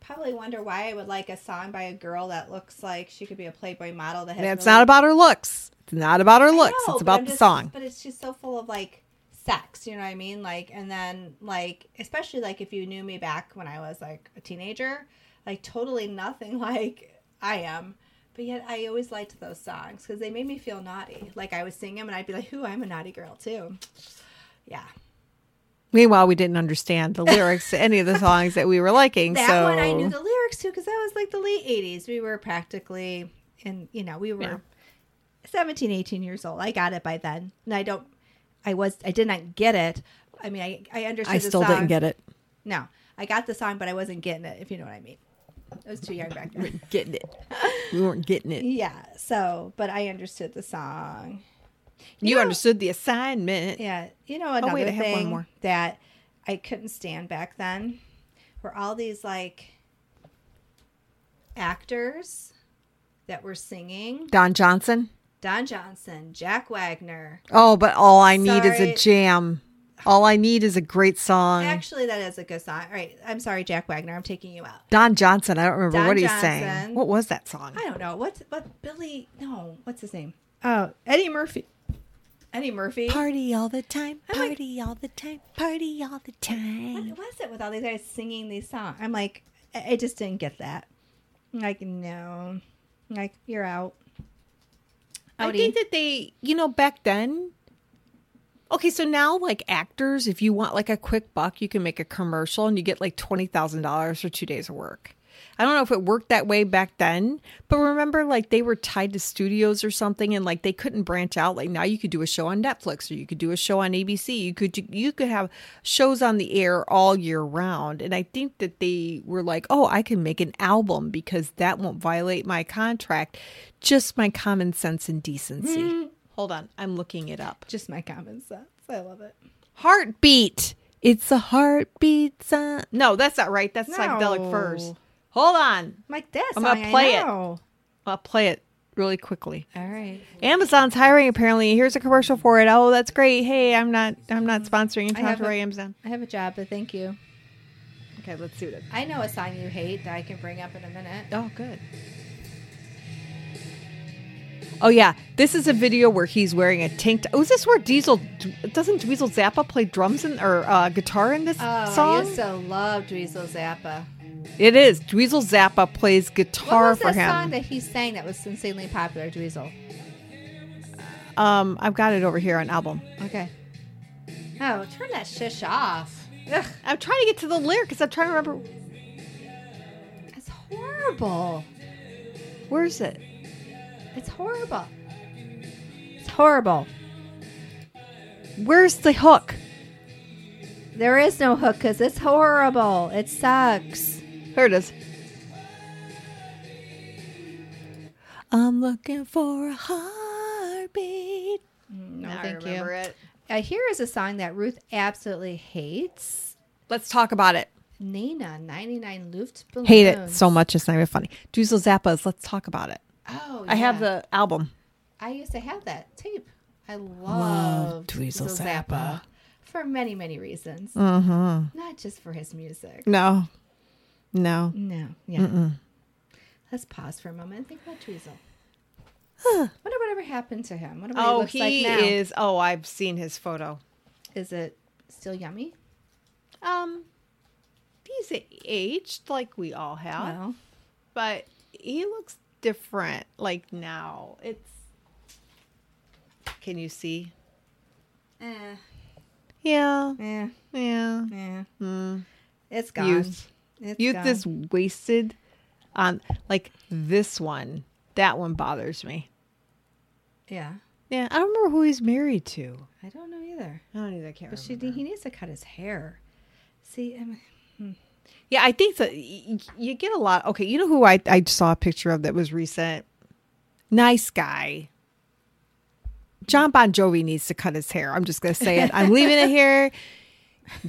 S2: probably wonder why I would like a song by a girl that looks like she could be a Playboy model. That has
S1: And it's
S2: really-
S1: not about her looks. It's not about her
S2: I
S1: looks.
S2: know,
S1: it's
S2: but
S1: about
S2: I'm
S1: the
S2: just-
S1: song.
S2: But it's just so full of like sex, you know what I mean? Like, and then like, especially like if you knew me back when I was like a teenager, like totally nothing like I am. But yet I always liked those songs because they made me feel naughty. Like I would sing them and I'd be like, "Ooh, I'm a naughty girl too." Yeah,
S1: Meanwhile, we didn't understand the lyrics to any of the songs that we were liking.
S2: that
S1: so
S2: one I knew the lyrics to because that was like the late '80s. We were practically, and you know, we were. 17 18 years old i got it by then and i don't i was i did not get it i mean i i understood
S1: I
S2: the
S1: still
S2: song.
S1: didn't get it.
S2: no i got the song but i wasn't getting it if you know what i mean i was too young back then
S1: getting it. We weren't getting it. You,
S2: yeah so but i understood the song know-
S1: understood the assignment.
S2: yeah you know another
S1: Oh, wait, I have one
S2: thing
S1: more.
S2: that i couldn't stand back then were all these like actors that were singing
S1: Don Johnson.
S2: don johnson jack wagner
S1: Oh, but all I need is
S2: Sorry.
S1: a jam. All I need is a great song.
S2: Actually, that is a good song. All right. I'm sorry, Jack Wagner. I'm taking you out.
S1: Don Johnson. I don't remember
S2: Don
S1: what he
S2: Johnson.
S1: sang. What was that song?
S2: I don't know. What's what Billy no, what's his name? Oh, Eddie Murphy. Eddie Murphy.
S1: Party all the time.
S2: I'm like-
S1: Party all the time. Party all the
S2: What
S1: time.
S2: was it with all these guys singing these songs? I'm like, I I just didn't get that. I'm like, no. I'm like, you're out.
S1: I
S2: Outie.
S1: think that they, you know, back then. Okay, so now like actors, if you want like a quick buck, you can make a commercial and you get like twenty thousand dollars for two days of work. I don't know if it worked that way back then, but remember like they were tied to studios or something and like they couldn't branch out. Like now you could do a show on Netflix or you could do a show on ABC. You could you, could have shows on the air all year round. And I think that they were like, "Oh, I can make an album because that won't violate my contract, just my common sense and decency." Hold on, I'm looking it up.
S2: just my common sense. I love it.
S1: Heartbeat. It's a heartbeat song. No, that's not right. That's psychedelic
S2: No.
S1: furs. Hold on.
S2: I'm like this.
S1: I'm gonna play it. I'll play it really quickly.
S2: All right.
S1: Amazon's hiring apparently. Here's a commercial for it. Oh, that's great. Hey, I'm not I'm not sponsoring
S2: I have
S1: Tom Roy
S2: a-
S1: Amazon.
S2: I have a job, but thank you.
S1: Okay, let's see what it.
S2: I know a song you hate that I can bring up in a minute.
S1: Oh, good. Oh yeah, this is a video where he's wearing a tank. T- oh, is this where Diesel doesn't Dweezil Zappa play drums in, or uh, guitar in this
S2: Oh, I
S1: song?
S2: used to love Dweezil Zappa.
S1: It is. Dweezil Zappa plays
S2: What
S1: guitar
S2: was
S1: for
S2: that
S1: him.
S2: song that he sang that was insanely popular, Dweezil?
S1: um, I've got it over here on album.
S2: Okay. Oh, turn that shish off. Ugh,
S1: I'm trying to get to the lyric because I'm trying to remember
S2: it's horrible.
S1: where is it.
S2: It's horrible. It's horrible.
S1: Where's the hook?
S2: There is no hook because it's horrible. It sucks.
S1: Here it is. I'm looking for a heartbeat.
S2: No,
S1: Now I
S2: thank you.
S1: remember it.
S2: Uh, here is a song that Ruth absolutely hates.
S1: Let's talk about it.
S2: Nina, 99 Luftballons.
S1: Hate it so much. It's not even funny. Dweezil Zappa's Let's Talk About It.
S2: Oh,
S1: I have
S2: yeah.
S1: the album.
S2: I used to have that tape. I love
S1: Dweezil Zappa. Mm-hmm.
S2: for many, many reasons. Not just for his music.
S1: No. No.
S2: No, yeah. Let's pause for a moment and think about Dweezil. Wonder whatever happened to him. Wonder what he
S1: Oh,
S2: looks
S1: he
S2: like now. Is...
S1: is. Oh, I've seen his photo.
S2: it still yummy?
S1: Um, he's aged like we all have.
S2: Well,
S1: but he looks different like now it's can you see
S2: eh,
S1: yeah
S2: eh,
S1: yeah
S2: eh. It's gone.
S1: Hmm. youth
S2: It's
S1: youth
S2: gone.
S1: is wasted on like this one that one bothers me
S2: yeah.
S1: yeah i don't remember who he's married to
S2: I don't know either.
S1: i don't either i can't
S2: But she,
S1: remember
S2: he needs to cut his hair. See, I'm,
S1: Yeah, I think that y- you get a lot. Okay, you know who I, I saw a picture of that was recent? Nice guy. John Bon Jovi needs to cut his hair. I'm just going to say it. I'm leaving it here.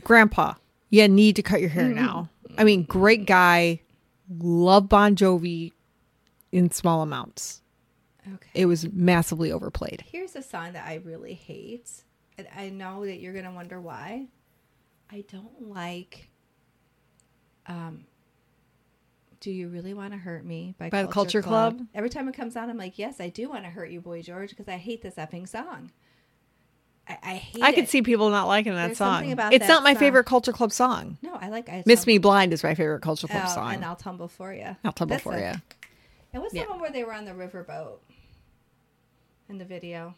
S1: Grandpa, you need to cut your hair
S2: Mm-hmm.
S1: now. I mean, great guy. Love Bon Jovi in small amounts.
S2: okay.
S1: It was massively overplayed.
S2: Here's a song that I really hate. And I know that you're going to wonder why. I don't like um Do You Really Want to Hurt Me by,
S1: By the Culture Club?
S2: Every time it comes on, I'm like, yes, I do want to hurt you, Boy George, because I hate this effing song. I, I hate
S1: I could
S2: it.
S1: see people not liking that
S2: There's
S1: song.
S2: something about
S1: it's
S2: that
S1: not my
S2: song.
S1: favorite Culture Club song.
S2: No, I like I
S1: Miss Me Blind is my favorite Culture Club
S2: Oh,
S1: song.
S2: And I'll Tumble For You.
S1: I'll tumble for you.
S2: And what's
S1: Yeah.
S2: the one where they were on the riverboat in the video?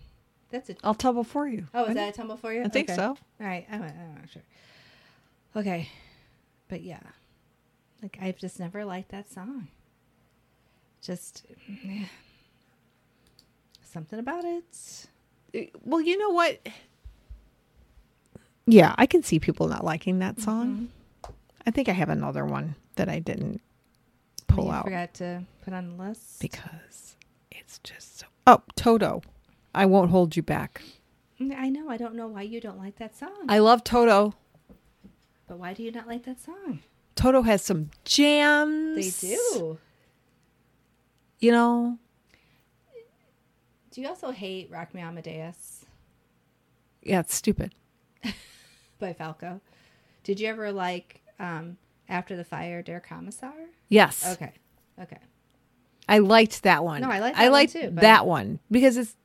S2: That's a
S1: I'll tumble for you.
S2: Oh, is that a tumble for you?
S1: I think
S2: Okay.
S1: so.
S2: All right, I'm, I'm not sure. Okay, but yeah, like I've just never liked that song. Just yeah. something about it. Uh,
S1: Well, you know what? Yeah, I can see people not liking that
S2: Mm-hmm.
S1: song. I think I have another one that I didn't pull
S2: You
S1: out
S2: Forgot to put on the list.
S1: because it's just so. Oh, Toto. I won't hold you back.
S2: Mm, I know. I don't know why you don't like that song.
S1: I love Toto.
S2: but why do you not like that song?
S1: Toto has some
S2: They
S1: jams.
S2: do.
S1: You know?
S2: Do you also hate "Rock Me Amadeus"
S1: Yeah, it's stupid.
S2: by Falco? Did you ever like um, "After the Fire, Dear Commissar"?
S1: Yes.
S2: Okay. Okay.
S1: I liked that one.
S2: No, I like
S1: I
S2: that one
S1: liked
S2: too, but-
S1: that one because it's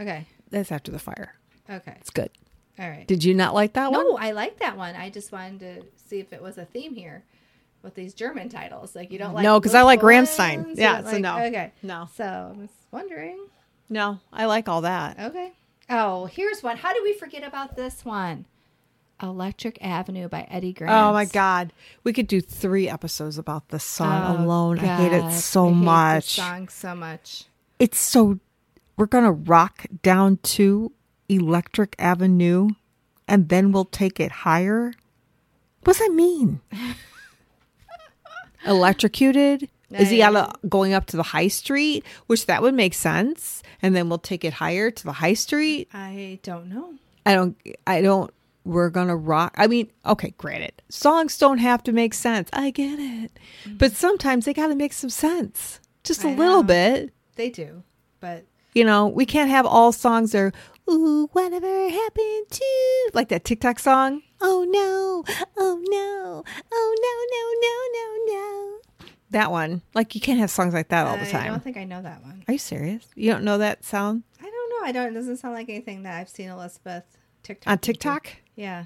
S2: Okay.
S1: that's after the fire.
S2: Okay.
S1: It's good.
S2: All right.
S1: Did you not like that one?
S2: no, I like that one. I just wanted to see if it was a theme here with these German titles. Like you don't like
S1: No, 'cause I like
S2: Lufthansa,
S1: Rammstein.
S2: you
S1: Yeah,
S2: don't
S1: so
S2: like-
S1: no.
S2: Okay,
S1: No.
S2: So I'm just wondering.
S1: No, I like all that.
S2: Okay. Oh, here's one. How did we forget about this one? Electric Avenue by Eddie Grant.
S1: Oh my god, we could do three episodes about this song
S2: Oh,
S1: alone. I hate it
S2: God.
S1: so
S2: I hate this
S1: much.
S2: song so much.
S1: It's so. We're gonna rock down to Electric Avenue, and then we'll take it higher. What does that mean? Electrocuted? Is he out of going up to the high street? Which that would make sense. And then we'll take it higher to the high street.
S2: I don't know.
S1: I don't. I don't. We're gonna rock. I mean, okay, granted, songs don't have to make sense. I get it, but sometimes they gotta make some sense, just a
S2: Mm-hmm. I
S1: little
S2: know.
S1: bit.
S2: They do, but
S1: You know, we can't have all songs that are ooh, whatever happened to like that TikTok song. Oh no! Oh no! Oh no! No! No! No! No! That one. Like you can't have songs like that all the
S2: I
S1: time.
S2: don't think I know that one.
S1: Are you serious? You don't know that sound
S2: I don't know. I don't. It doesn't sound like anything that I've seen Elizabeth TikTok
S1: on
S2: do.
S1: TikTok?
S2: Yeah.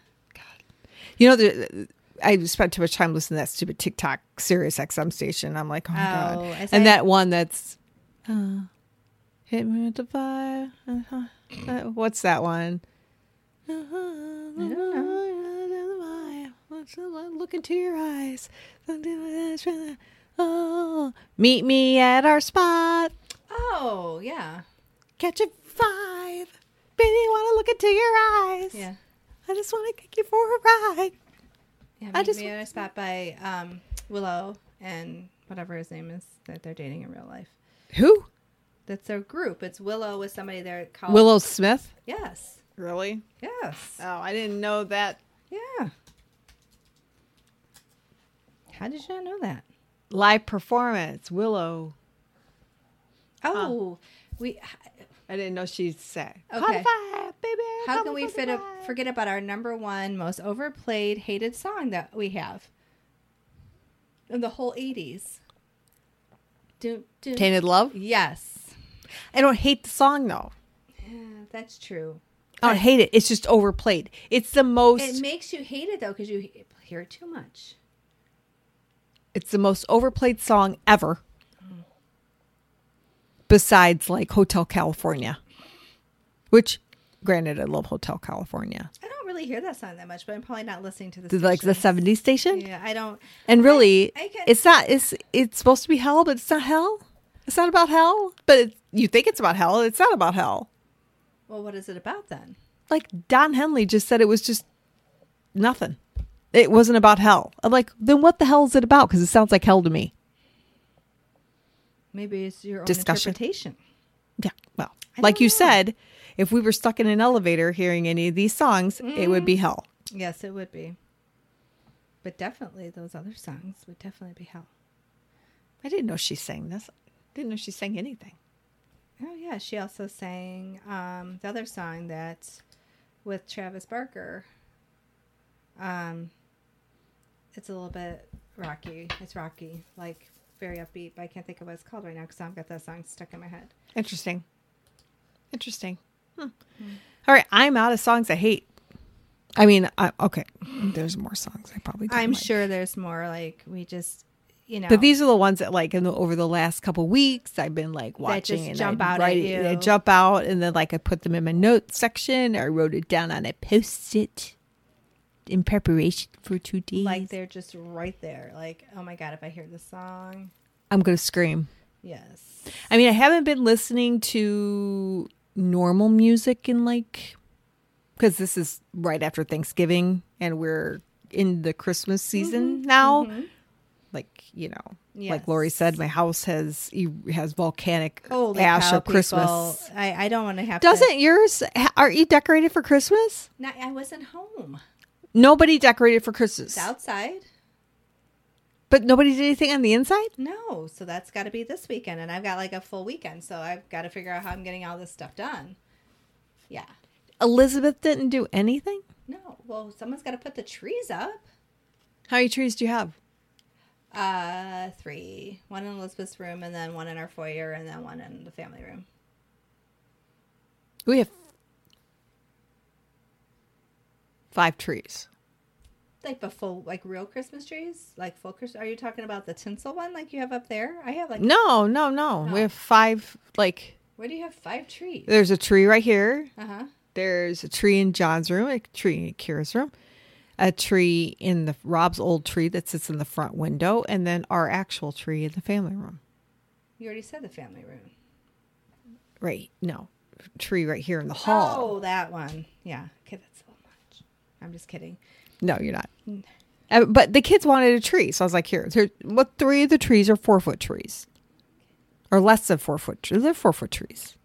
S1: You know, the, I spent too much time listening to that stupid TikTok Sirius XM station. I'm like, oh my
S2: Oh,
S1: god!
S2: is
S1: And
S2: that-
S1: that one that's uh, hit me with the fire. Uh-huh. Uh, what's that one? Uh-huh. Look into your eyes. Oh, meet me at our spot.
S2: Oh yeah.
S1: Catch a five. Baby, want to look into your eyes.
S2: Yeah.
S1: I just want to take you for a ride.
S2: Yeah,
S1: I
S2: I
S1: just-
S2: just made a spot by um, Willow and whatever his name is that they're dating in real life.
S1: Who?
S2: That's their group. It's Willow with somebody there called
S1: Willow Smith.
S2: Yes,
S1: Really?
S2: yes,
S1: Oh, I didn't know that.
S2: yeah. How did you not know that?
S1: Live performance, Willow.
S2: Oh, we.
S1: I didn't know she sang.
S2: Okay.
S1: Caught a fire, baby.
S2: How
S1: caught
S2: can
S1: a
S2: we
S1: fucking
S2: fit a,
S1: fire.
S2: forget about our number one most overplayed hated song that we have in the whole eighties? Do, do,
S1: Tainted Love?
S2: Yes,
S1: I don't hate the song though.
S2: Yeah, that's true.
S1: I don't hate it. It's just overplayed. It's the most.
S2: It makes you hate it though because you he- hear it too much.
S1: it's the most overplayed song ever. Besides, like Hotel California, which, granted, I love Hotel California.
S2: I don't really hear that song that much, but I'm probably not listening to this.
S1: The, like the '70s station,
S2: Yeah, I don't.
S1: and really,
S2: I can-
S1: it's not. It's it's supposed to be hell, but it's not hell. It's not about hell, but it, you think it's about hell. It's not about hell.
S2: Well, what is it about then?
S1: like Don Henley just said it was just nothing. It wasn't about hell. I'm like, then what the hell is it about? Because it sounds like hell to me.
S2: Maybe it's your own
S1: Discussion.
S2: interpretation.
S1: Yeah. Well,
S2: I
S1: like
S2: don't
S1: you
S2: know.
S1: said, if we were stuck in an elevator hearing any of these songs, it would be
S2: Mm.
S1: hell.
S2: Yes, it would be. But definitely, those other songs would definitely be hell.
S1: I didn't know she sang this. Didn't know she sang anything.
S2: Oh yeah, she also sang um, the other song that's with Travis Barker. Um, it's a little bit rocky. It's rocky, like very upbeat. But I can't think of what it's called right now because I've got that song stuck in my head.
S1: Interesting. Interesting. Hmm. All right, I'm out of songs I hate. I mean, I, okay, there's more songs I probably. don't
S2: I'm
S1: like.
S2: sure there's more. Like we just, you know,
S1: But these are the ones that, like, in the, over the last couple weeks, I've been like watching
S2: just
S1: and
S2: jump
S1: I
S2: out at
S1: write,
S2: you.
S1: They jump out, and then like I put them in my notes section. I wrote it down on a post-it in preparation for today.
S2: like they're just right there. Like oh my god, if I hear this song,
S1: I'm gonna scream.
S2: yes,
S1: I mean, I haven't been listening to normal music in like because this is right after Thanksgiving and we're in the Christmas season now. Like you know, like Lori
S2: Yes.
S1: said, my house has e- has volcanic
S2: holy
S1: ash
S2: cow,
S1: of Christmas.
S2: people. I, I don't want to have to-
S1: Doesn't yours ha- are you decorated for Christmas?
S2: No, I wasn't home.
S1: Nobody decorated for Christmas,
S2: It's outside.
S1: but nobody did anything on the inside.
S2: No, so that's got to be this weekend, and I've got like a full weekend, so I've got to figure out how I'm getting all this stuff done. Yeah.
S1: Elizabeth didn't do anything.
S2: No. Well, someone's got to put the trees up.
S1: How many trees do you have?
S2: Uh, three. One in Elizabeth's room, and then one in our foyer, and then one in the family room.
S1: We have five trees.
S2: Like the full, like real Christmas trees, like full Christmas. Are you talking about the tinsel one, like you have up there? I have like.
S1: No, no, no. We have five. Like,
S2: Where do you have five trees?
S1: there's a tree right here.
S2: Uh huh.
S1: There's a tree in John's room, a tree in Kira's room, a tree in the Rob's old tree that sits in the front window, and then our actual tree in the family room.
S2: You already said the family room.
S1: Right? No, tree right here in the hall.
S2: Oh, that one. Yeah. Okay, that's so much. I'm just kidding.
S1: No, you're not. Uh, but the kids wanted a tree, so I was like, here. here- What three of the trees are four foot trees, or less than four foot? tre- They're four foot trees.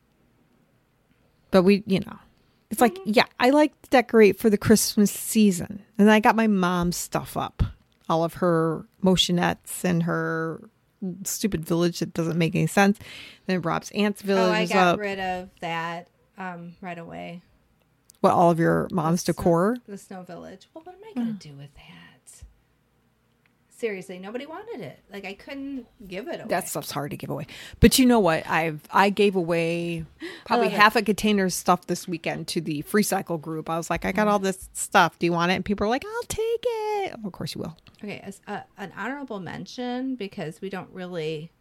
S1: But we, you know, it's like,
S2: Mm-hmm.
S1: yeah, I like to decorate for the Christmas season, and I got my mom's stuff up, all of her motionettes and her stupid village that doesn't make any sense. Then Rob's aunt's village
S2: Oh, I
S1: is
S2: got
S1: up.
S2: rid of that um, right away.
S1: what all of your mom's decor?
S2: The Snow Village. Well, what am I
S1: Mm.
S2: going to do with that? Seriously, nobody wanted it. Like, I couldn't give it away.
S1: that stuff's hard to give away. But you know what? I've I gave away probably
S2: love it.
S1: half a container of stuff this weekend to the Free Cycle group. I was like, I got all this stuff. Do you want it? And people are like, I'll take it. of course you will.
S2: okay. As a, an honorable mention because we don't really.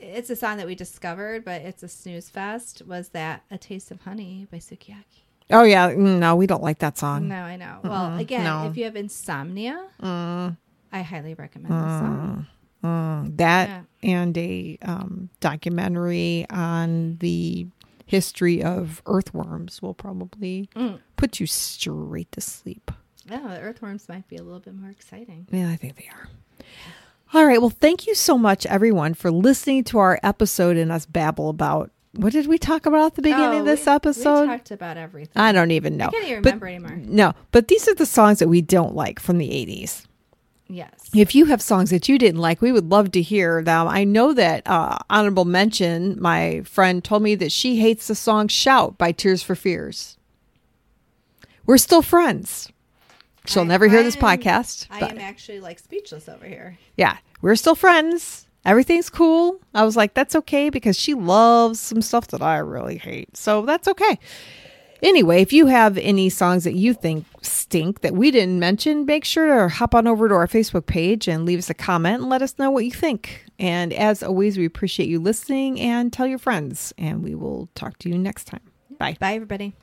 S2: It's a song that we discovered, but it's a snooze fest. Was that "A Taste of Honey" by Sukiyaki?
S1: Oh yeah, Mm, no, we don't like that song.
S2: No, I know. Well, again,
S1: Mm. no. Mm.
S2: if you have insomnia, I highly recommend this song.
S1: That and a um, documentary on the history of earthworms will probably
S2: Mm.
S1: put you straight to sleep. Mm.
S2: Yeah, Oh, the earthworms might be a little bit more exciting.
S1: Yeah, I think they are. All right. Well, thank you so much, everyone, for listening to our episode and us babble about what did we talk about at the beginning
S2: Oh,
S1: of this
S2: we-
S1: episode?
S2: we talked about everything.
S1: I don't even know.
S2: I can't even
S1: But-
S2: remember anymore.
S1: No, but these are the songs that we don't like from the 80s.
S2: Yes.
S1: If you have songs that you didn't like, we would love to hear them. I know that uh, honorable mention, my friend told me that she hates the song "Shout" by Tears for Fears. We're still friends. She'll
S2: I-
S1: never hear this
S2: I'm-
S1: podcast.
S2: I
S1: but-
S2: am actually like speechless over here.
S1: yeah, we're still friends. Everything's cool. I was like, that's okay because she loves some stuff that I really hate. So that's okay. Anyway, if you have any songs that you think stink that we didn't mention, make sure to hop on over to our Facebook page and leave us a comment and let us know what you think. And as always, we appreciate you listening and tell your friends. And we will talk to you next time. Bye.
S2: Bye, everybody.